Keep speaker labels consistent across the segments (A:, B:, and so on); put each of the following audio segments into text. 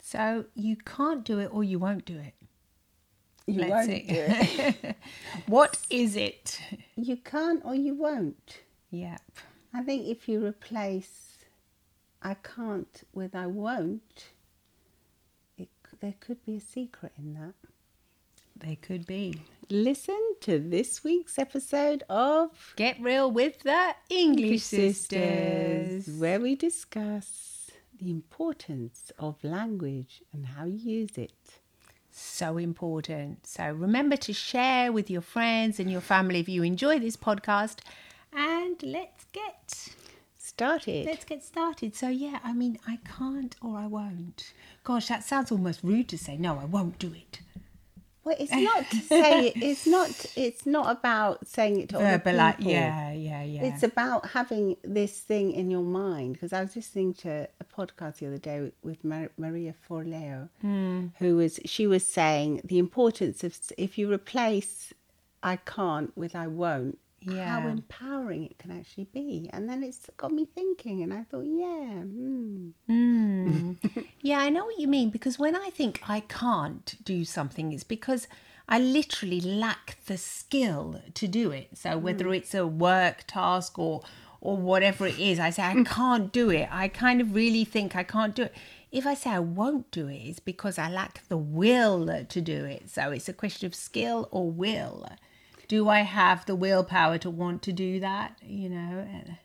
A: So you can't do it or you won't do it.
B: You
A: Let's
B: won't
A: see.
B: do it.
A: What is it?
B: You can't or you won't.
A: Yep.
B: I think if you replace I can't with I won't, it, c- there could be a secret in that.
A: They could be.
B: Listen to this week's episode of
A: Get real with the English Sisters.
B: where we discuss the importance of language and how you use it.
A: So important. So remember to share with your friends and your family if you enjoy this podcast. And let's get
B: Start it.
A: let's get started. So yeah, I mean I can't or I won't. Gosh, that sounds almost rude to say no, I won't do it.
B: Well, it's not to say it, it's not it's not about saying it to other people.
A: Verbali- yeah, yeah, yeah.
B: It's about having this thing in your mind because I was listening to a podcast the other day with Mar- Maria Forleo, who was she was saying the importance of s- if you replace "I can't" with "I won't," how
A: Yeah.
B: empowering it can actually be. And then it's got me thinking, and I thought, yeah, hmm,
A: Yeah, I know what you mean because when I think I can't do something, it's because I literally lack the skill to do it. So whether
B: Hmm.
A: it's a work task or or whatever it is, I say
B: Hmm.
A: I can't do it. I kind of really think I can't do it. If I say I won't do it, it's because I lack the will to do it. So it's a question of skill or will. Do I have the willpower to want to do that? You know, and-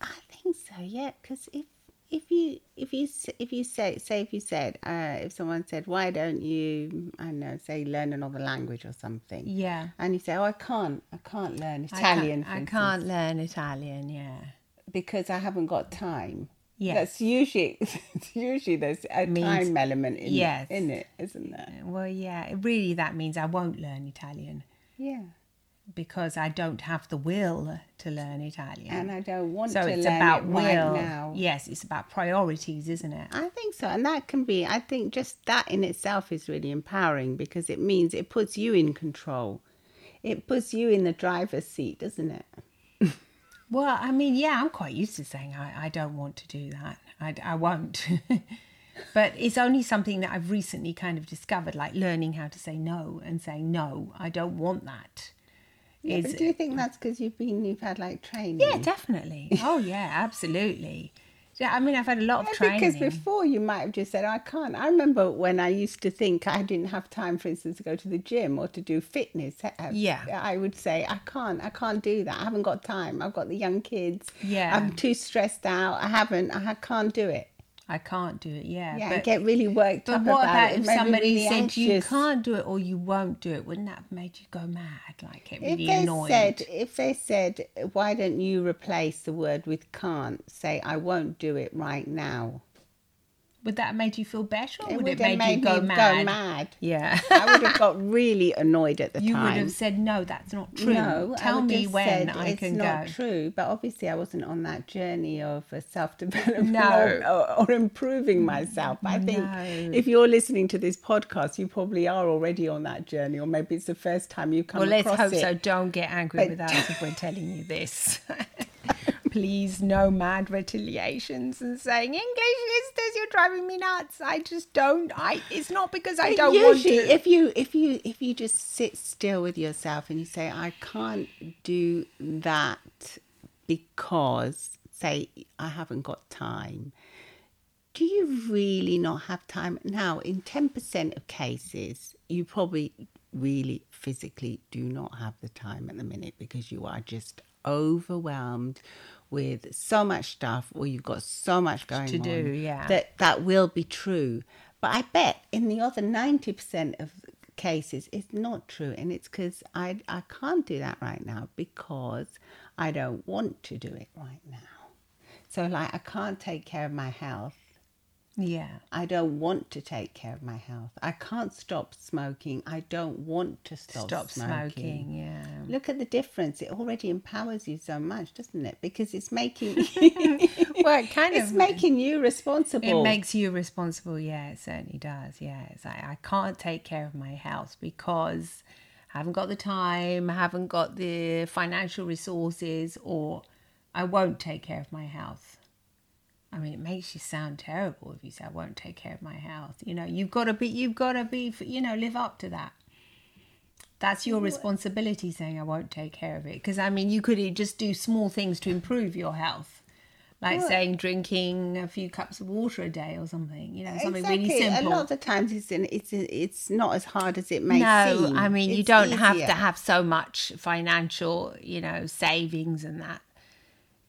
B: I think so. Yeah, because if if you if you s- if you say say if you said uh, if someone said why don't you I don't know say learn another language or something
A: yeah.
B: and you say, "Oh, I can't, I can't learn
A: I can't-
B: Italian, for
A: I
B: instance,
A: can't learn Italian. Yeah.
B: because I haven't got time."
A: Yes.
B: that's usually it's usually there's a
A: Means-
B: time element in
A: Yes.
B: it, in it, isn't there?
A: Well, yeah, really, that means I won't learn Italian
B: Yeah,
A: because I don't have the will to learn Italian.
B: and I don't want
A: so
B: to
A: it's
B: learn
A: about
B: it
A: will.
B: right now.
A: Yes, it's about priorities, isn't it?
B: I think so, and that can be. I think just that in itself is really empowering because it means it puts you in control. It puts you in the driver's seat, doesn't it?
A: Well, I mean, yeah, I'm quite used to saying I, I don't want to do that. I, I won't. but it's only something that I've recently kind of discovered, like learning how to say no and saying, no, I don't want that.
B: Yeah,
A: Is-
B: but do you think that's because you've been, you've had like training?
A: yeah, definitely. Oh, yeah, absolutely. Yeah, I mean, I've had a lot of
B: Yeah,
A: training.
B: Because before you might have just said, I can't. I remember when I used to think I didn't have time, for instance, to go to the gym or to do fitness. I- I-
A: Yeah.
B: I would say, I can't, I can't do that. I haven't got time. I've got the young kids.
A: Yeah.
B: I'm too stressed out. I haven't, I ha- can't do it.
A: I can't do it. Yeah,
B: Yeah, I
A: but
B: get really worked
A: But
B: up
A: what
B: about,
A: about
B: it. It
A: if
B: made me
A: somebody
B: really
A: said you
B: anxious.
A: can't do it or you won't do it? Wouldn't that have made you go mad? Like get
B: If
A: really
B: they
A: annoyed.
B: said, if they said, why don't you replace the word with can't? Say, I won't do it right now.
A: would that have made you feel better or would it
B: would've
A: made, you go
B: me
A: mad?
B: Go mad.
A: Yeah.
B: I would have got really annoyed at the
A: you
B: time.
A: would have said no, that's not true.
B: No, I
A: Tell
B: would
A: me
B: have
A: when
B: said
A: I
B: it's
A: can
B: not
A: go.
B: true, but obviously I wasn't on that journey of self development
A: No.
B: or, or, or improving myself. But I think
A: No.
B: if you're listening to this podcast, you probably are already on that journey, or maybe it's the first time you come
A: Well, let's
B: across
A: hope
B: it.
A: so. Don't get angry
B: But-
A: with us if we're telling you this. Please, no mad retaliations and saying English is this. You're driving me nuts. I just don't. I. It's not because I don't want
B: Usually,
A: to.
B: if you if you if you just sit still with yourself and you say, "I can't do that because," say, "I haven't got time." Do you really not have time now? In ten percent of cases, you probably really physically do not have the time at the minute because you are just overwhelmed with so much stuff or you've got so much going
A: To
B: on
A: do, yeah.
B: that that that will be true. But I bet in the other 90% of cases, it's not true. And it's because I, I can't do that right now because I don't want to do it right now. So, like, I can't take care of my health.
A: yeah.
B: I don't want to take care of my health. I can't stop smoking. I don't want to stop,
A: Stop
B: smoking.
A: smoking. Yeah.
B: Look at the difference. It already empowers you so much, doesn't it? Because it's making
A: well, it kind
B: it's
A: of
B: making you responsible.
A: it makes you responsible. Yeah, it certainly does. Yeah, it's like I can't take care of my house because I haven't got the time, I haven't got the financial resources, or I won't take care of my house. I mean, it makes you sound terrible if you say I won't take care of my health. You know, you've got to be, you've got to be, you know, live up to that. That's your responsibility saying I won't take care of it. Because I mean, you could e, just do small things to improve your health, like saying drinking a few cups of water a day or something. You know, something really
B: A
A: simple.
B: lot of the times it's an, it's it's not as hard as it may
A: no,
B: seem.
A: I mean, you
B: It's
A: don't have
B: easier.
A: to have so much financial, you know, savings and that.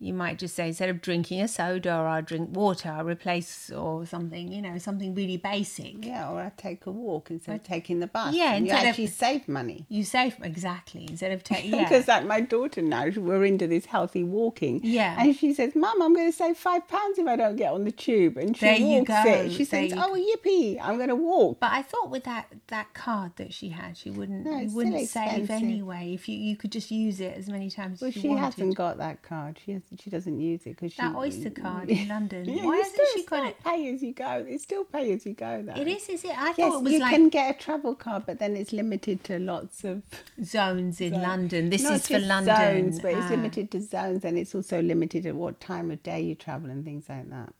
A: You might just say instead of drinking a soda, or I drink water, I replace or something. You know, something really basic.
B: Yeah, or I take a walk instead of taking the bus.
A: Yeah,
B: and you
A: instead of-
B: actually save money.
A: You save exactly instead of taking. Yeah.
B: Because like my daughter now, we're into this healthy walking.
A: Yeah.
B: And she says, Mum, I'm going to save five pounds if I don't get on the tube. And she
A: There you
B: walks
A: go,
B: it. She
A: there
B: says,
A: you
B: oh, yippee, I'm going to walk.
A: But I thought with that that card that she had, she wouldn't
B: No,
A: you
B: it's still
A: wouldn't save
B: expensive.
A: anyway. If you you could just use it as many times
B: Well,
A: as you
B: she
A: wanted.
B: hasn't got that card. She has, she doesn't use it because she
A: That Oyster card in London.
B: Yeah,
A: Why
B: it's
A: hasn't
B: still,
A: she
B: it's
A: got
B: still
A: it?
B: Pay as you go. It's still pay as you go though.
A: It is, is it? I
B: Yes,
A: thought it was
B: you
A: like
B: can get a travel card, but then it's limited to lots of.
A: zones in London. This
B: not
A: is for
B: just
A: London.
B: zones, but it's
A: Ah.
B: limited to zones, and it's also limited at what time of day you travel and things like that.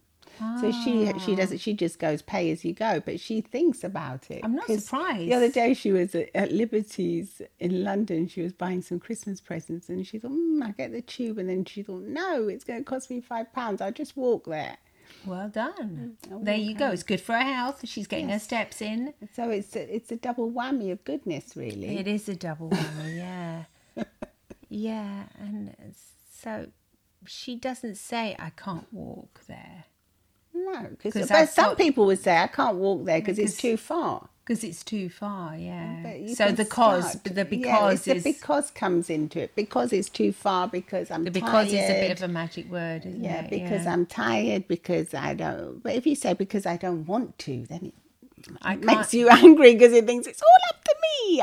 B: So she
A: Ah.
B: she doesn't she just goes pay as you go, but she thinks about it.
A: I'm not
B: 'Cause
A: surprised.
B: The other day she was at, at Liberty's in London. She was buying some Christmas presents, and she thought, mm, "I get the tube," and then she thought, "No, it's going to cost me five pounds. I'll just walk there."
A: Well
B: Mm,
A: done. there you go. It's good for her health. She's getting her steps in.
B: So it's a, it's a double whammy of goodness, really.
A: It is a double whammy, yeah. yeah, and so she doesn't say I can't walk there
B: No, 'cause-
A: 'Cause I
B: but some
A: thought-
B: people would say I can't walk there because it's
A: 'Cause-
B: too far.
A: because it's too far,
B: But
A: yeah.
B: you
A: So
B: can
A: the cause,
B: start-
A: the
B: yeah, it's
A: because
B: the
A: is
B: because comes into it because it's too far because I'm
A: the because is a bit
B: tired.
A: of a magic word, isn't
B: yeah
A: it?
B: because I'm tired because I don't. But if you say because I don't want to, then
A: I
B: it
A: can't-
B: makes you angry because it thinks it's all up to me.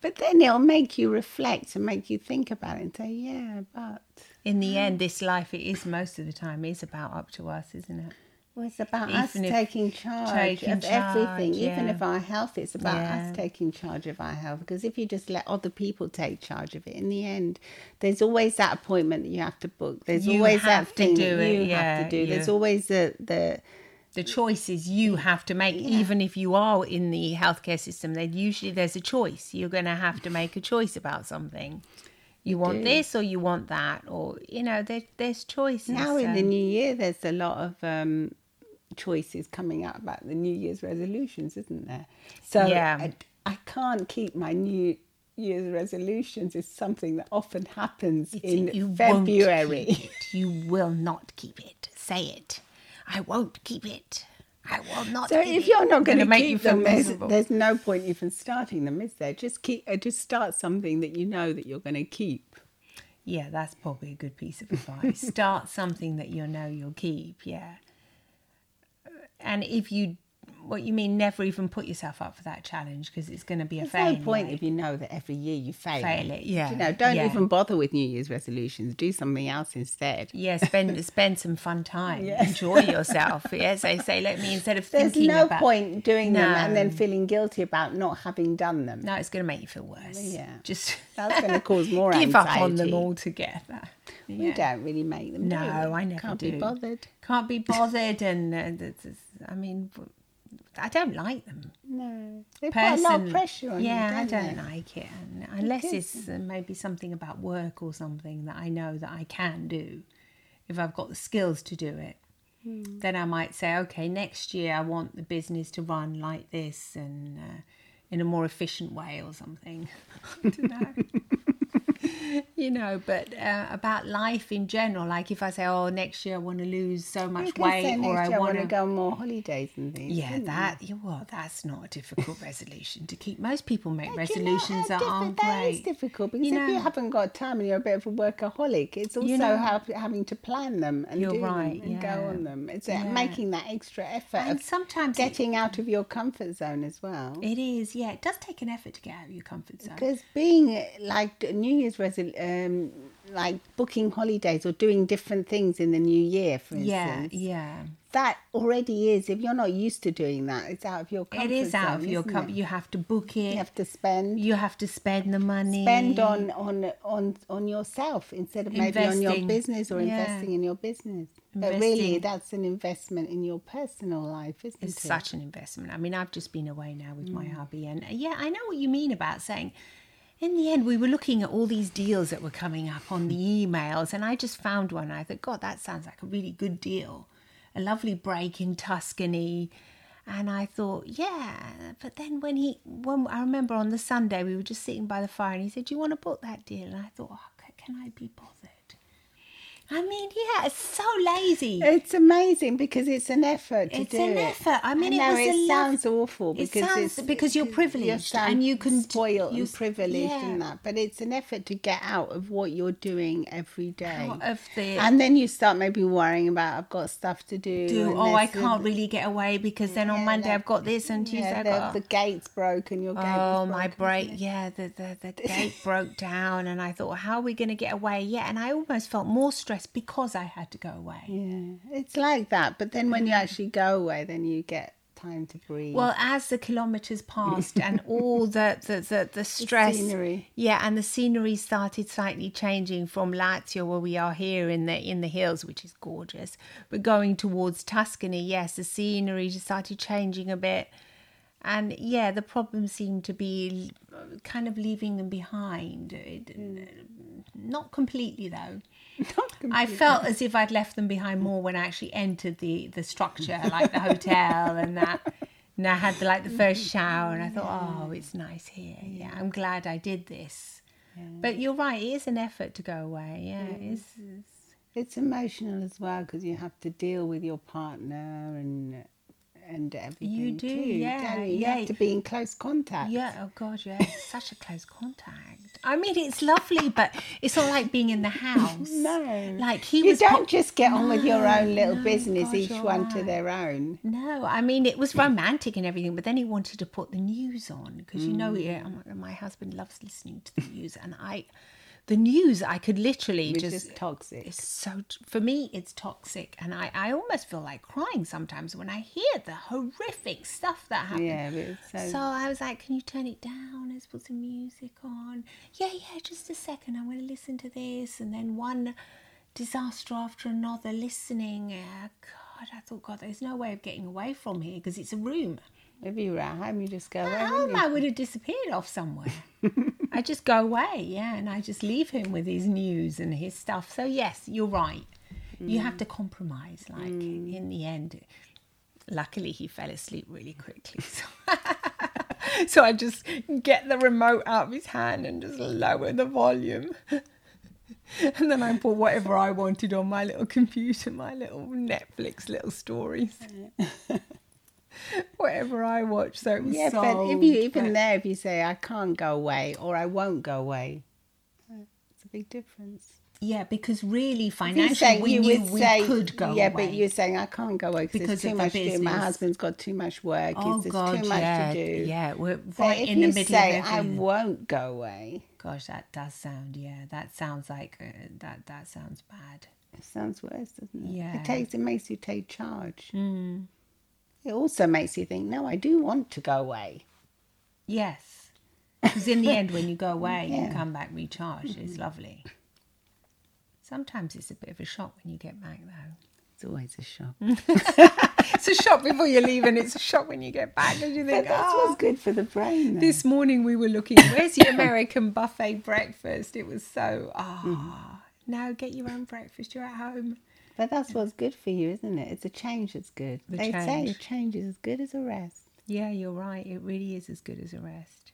B: But then it'll make you reflect and make you think about it and say, yeah, but
A: in
B: Mm.
A: the end, this life it is most of the time is about up to us, isn't it?
B: well, it's about us
A: Even if-
B: taking charge
A: taking
B: of everything,
A: charge,
B: even
A: yeah.
B: of our health. It's about
A: Yeah.
B: us taking charge of our health because if you just let other people take charge of it, in the end, there's always that appointment that you have to book. There's
A: You
B: always
A: have
B: that
A: to
B: thing
A: do
B: that
A: it,
B: you
A: yeah,
B: have to do. There's
A: you-
B: always the the
A: the choices you have to make, even if you are in the healthcare system, then usually there's a choice. You're going to have to make a choice about something. You, want this or you want that, or you know, there, there's choices.
B: now in
A: so-
B: the new year. There's a lot of um, choices coming out about the New Year's resolutions, isn't there? So
A: Yeah.
B: I, I can't keep my New Year's resolutions. Is something that often happens in
A: you won't
B: February.
A: keep it. You will not keep it. Say it. I won't keep it. I will not.
B: So
A: keep
B: if
A: it."
B: you're not going
A: Gonna
B: to make you feel there's, there's no point even starting them, is there? Just keep, uh, just start something that you know that you're going to keep.
A: Yeah, that's probably a good piece of advice. Start something that you know you'll keep, yeah. And if you, what you mean, never even put yourself up for that challenge because it's going to be a
B: There's
A: fail.
B: no point
A: anyway.
B: if you know that every year you fail.
A: fail it, yeah.
B: Do You know, don't
A: yeah.
B: even bother with New Year's resolutions. Do something else instead.
A: Yeah, spend spend some fun time.
B: Yes.
A: Enjoy yourself. Yes, I say. Let me instead of
B: There's
A: thinking
B: no
A: about
B: point doing them and then
A: No.
B: feeling guilty about not having done them.
A: No, it's going to make you feel worse.
B: Yeah.
A: just
B: That's gonna cause more
A: give up on
B: anxiety.
A: them altogether.
B: We don't really make them. do
A: No,
B: we?
A: I never
B: Can't
A: do.
B: be bothered.
A: Can't be bothered, and uh, that's- that's- I mean, I don't like them.
B: No, they put a
A: Person,
B: lot of pressure on
A: yeah,
B: you.
A: I
B: they?
A: don't like it, and unless it's uh, maybe something about work or something that I know that I can do, if I've got the skills to do it,
B: Hmm.
A: then I might say, okay, next year I want the business to run like this and uh, in a more efficient way or something. I don't know. You know, but uh, about life in general, like if I say, "Oh, next year I want to lose so
B: You
A: much
B: could say
A: weight," or I
B: next year
A: want
B: to go on more holidays and things.
A: yeah,
B: couldn't you?
A: that yeah, well, that's not a difficult resolution to keep. Most people make
B: But you know,
A: resolutions
B: uh,
A: that
B: diffi-
A: aren't
B: That is
A: great.
B: difficult because
A: You
B: if you
A: know.
B: haven't got time and you're a bit of a workaholic, it's also
A: know.
B: have, having to plan them and
A: You're
B: do
A: right,
B: them and go
A: yeah.
B: on them. It's uh,
A: Yeah.
B: making that extra effort
A: And
B: of
A: sometimes it,
B: getting out of your comfort zone as well.
A: it is, yeah, it does take an effort to get out of your comfort zone.
B: Because being uh, like d- New Year's resol- um, like booking holidays or doing different things in the new year, for instance,
A: Yeah, yeah,
B: that already is. If you're not used to doing that, it's out of your comfort
A: it
B: zone.
A: is out of your
B: isn't
A: com
B: it?
A: You have to book
B: You
A: it.
B: have to spend.
A: You have to spend the money.
B: spend on on on on yourself instead of maybe on your
A: Investing.
B: business or
A: Yeah.
B: investing in your business. But really, that's an investment in your personal life, isn't
A: It's
B: it?
A: such an investment. I mean, I've just been away now with
B: Mm.
A: my hubby, and uh, yeah, I know what you mean about saying. In the end, we were looking at all these deals that were coming up on the emails, and I just found one. I thought, God, that sounds like a really good deal, a lovely break in Tuscany. And I thought, yeah. But then when he, when I remember on the Sunday, we were just sitting by the fire, and he said, "Do you want to book that deal?" And I thought, oh, c- can I be bothered? I mean, yeah, it's so lazy.
B: It's amazing because it's an effort to
A: It's
B: do
A: an
B: it.
A: effort. I mean, it
B: know
A: was a lov-
B: sounds awful
A: It
B: because
A: sounds-
B: it's,
A: because you're privileged
B: sound
A: and you can-
B: spoiled
A: you-
B: and privileged
A: yeah.
B: and that. But it's an effort to get out of what you're doing every day.
A: Out of the-
B: and then you start maybe worrying about I've got stuff to do.
A: do
B: and
A: oh I
B: this and-
A: can't really get away because then on
B: Yeah,
A: Monday
B: like-
A: I've got this and Tuesday
B: yeah,
A: I've
B: the,
A: got
B: the gate's broken. Your gate. was
A: oh my
B: broken.
A: break yeah the, the, the gate broke down and I thought how are we going to get away yet and I almost felt more stressed because I had to go away
B: Yeah, it's like that. But then when you actually go away, then you get time to breathe.
A: well as the kilometers passed and all the the, the, the stress
B: scenery.
A: yeah and the scenery started slightly changing from Lazio where we are here in the in the hills which is gorgeous but going towards Tuscany yes the scenery just started changing a bit and yeah the problem seemed to be l- kind of leaving them behind it, not completely though I felt as if I'd left them behind more when I actually entered the the structure, like the hotel and that. And I had like the first shower, and I thought, oh, it's nice here. Yeah, I'm glad I did this. But you're right; it is an effort to go away. Yeah, it is.
B: It's emotional as well because you have to deal with your partner and and everything.
A: do,
B: too,
A: yeah,
B: don't you? You
A: yeah.
B: have to be in close contact.
A: Yeah. Oh God. Yeah. It's such a close contact. I mean, it's lovely, but it's not like being in the house.
B: No.
A: Like he
B: You
A: was.
B: don't just get on with your own little
A: no,
B: business,
A: gosh,
B: each
A: you're
B: one to
A: right.
B: their own.
A: No, I mean it was romantic and everything, but then he wanted to put the news on because you know yeah, I'm like, my husband loves listening to the news, and I, the news I could literally
B: Which
A: just
B: is toxic.
A: it's so for me it's toxic, and I I almost feel like crying sometimes when I hear the horrific stuff that happens.
B: Yeah, but it's so,
A: So I was like, "Can you turn it down? Let's put some music on." Yeah, yeah, just a second. I'm going to listen to this, and then one disaster after another. Listening. Uh, God, I thought, God, there's no way of getting away from here because it's a room.
B: if you were at home, you just go away.
A: At
B: wouldn't
A: home,
B: you?
A: I would have disappeared off somewhere. I just go away, yeah, and I just leave him with his news and his stuff. So yes, you're right. You
B: Mm.
A: have to compromise. Like in the end, luckily he fell asleep really quickly. So. So I just get the remote out of his hand and just lower the volume. And then I put whatever I wanted on my little computer, my little Netflix little stories. whatever I watched. So it was
B: Yeah, but if
A: sold,
B: you even
A: but-
B: there, if you say I can't go away or I won't go away, it's a big difference.
A: Yeah, because really
B: You're
A: financially
B: saying
A: we
B: you
A: knew
B: would
A: we
B: say,
A: could go
B: yeah,
A: away.
B: but you're saying I can't go away because
A: Because
B: there's
A: of
B: too
A: the
B: much to do. My
A: business.
B: husband's got too much work.
A: Oh
B: It's there's
A: God,
B: too much
A: yeah,
B: to do.
A: yeah, we're
B: So
A: right
B: if
A: in the
B: you
A: middle
B: say
A: of
B: I
A: everything.
B: won't go away,
A: Gosh, that does sound. Yeah, that sounds like uh, that. That sounds bad.
B: it sounds worse, doesn't it?
A: Yeah. Mm.
B: It takes it makes you take charge. It also makes you think, no, I do want to go away.
A: Yes. Because in the end, when you go away, you
B: Yeah.
A: come back recharged. It's lovely. Sometimes it's a bit of a shock when you get back, though.
B: It's always a shock.
A: Mm. It's a shock before you leave, and it's a shock when you get back, and you
B: But
A: think,
B: that's
A: oh.
B: what's good for the brain. Though.
A: This morning we were looking, where's the American buffet breakfast? It was so, ah, no, get your own breakfast, you're at home.
B: But that's what's good for you, isn't it? It's a change that's good.
A: The
B: they say
A: change.
B: a change is as good as a rest.
A: Yeah, you're right. It really is as good as a rest.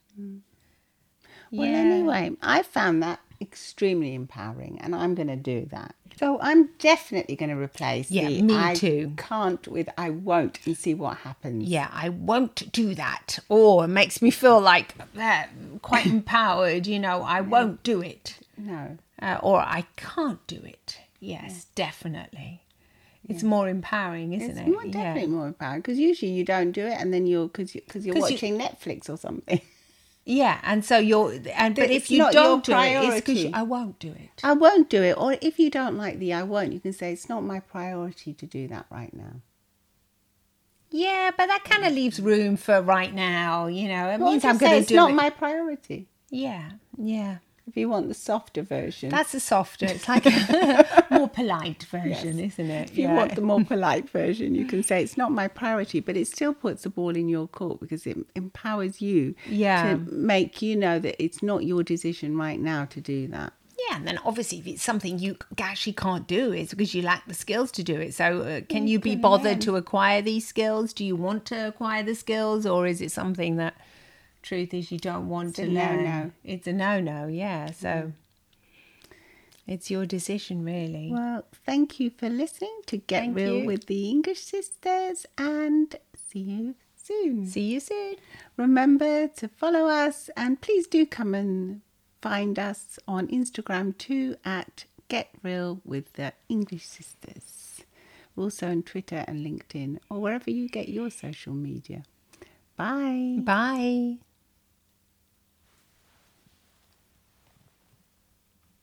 B: Well, anyway, I found that extremely empowering, and I'm going to do that. So I'm definitely going to replace
A: Yeah,
B: the
A: me
B: I
A: too.
B: can't with I won't and see what happens.
A: yeah, I won't do that. Or it makes me feel like uh, quite empowered, you know, I won't do it.
B: No.
A: Uh, or I can't do it. Yes, definitely. It's more empowering, isn't
B: It's
A: it?
B: more,
A: Yeah.
B: definitely more empowering because usually you don't do it, and then you're because because you're
A: 'Cause you-
B: watching Netflix or something.
A: Yeah, and so you're, and but
B: it's
A: if you
B: not your
A: don't do it, it's because
B: priority. Uh,
A: I won't do it.
B: I won't do it, or if you don't like the I won't, you can say it's not my priority to do that right now.
A: Yeah, but that kind of leaves room for right now, you know. It
B: Or
A: means
B: just
A: I'm going
B: say
A: to
B: it's
A: do
B: not
A: it.
B: my priority.
A: yeah, yeah.
B: If you want the softer version,
A: That's a softer. It's like a more polite version, isn't it?
B: if you want the more polite version, you can say it's not my priority, but it still puts the ball in your court because it empowers you
A: Yeah.
B: to make you know that it's not your decision right now to do that.
A: Yeah, and then obviously, if it's something you c- actually can't do, it's because you lack the skills to do it. So, uh,
B: Mm,
A: can you be bothered to acquire these skills? Do you want to acquire the skills, or is it something that truth is you don't want to
B: a
A: learn?
B: no-no. Mm.
A: It's a no no, yeah. So, it's your decision, really.
B: Well, thank you for listening to Get
A: Thank
B: Real
A: you.
B: with the English Sisters and see you soon.
A: See you soon.
B: Remember to follow us and please do come and find us on Instagram too at Get Real with the English Sisters. Also on Twitter and LinkedIn or wherever you get your social media. Bye.
A: Bye.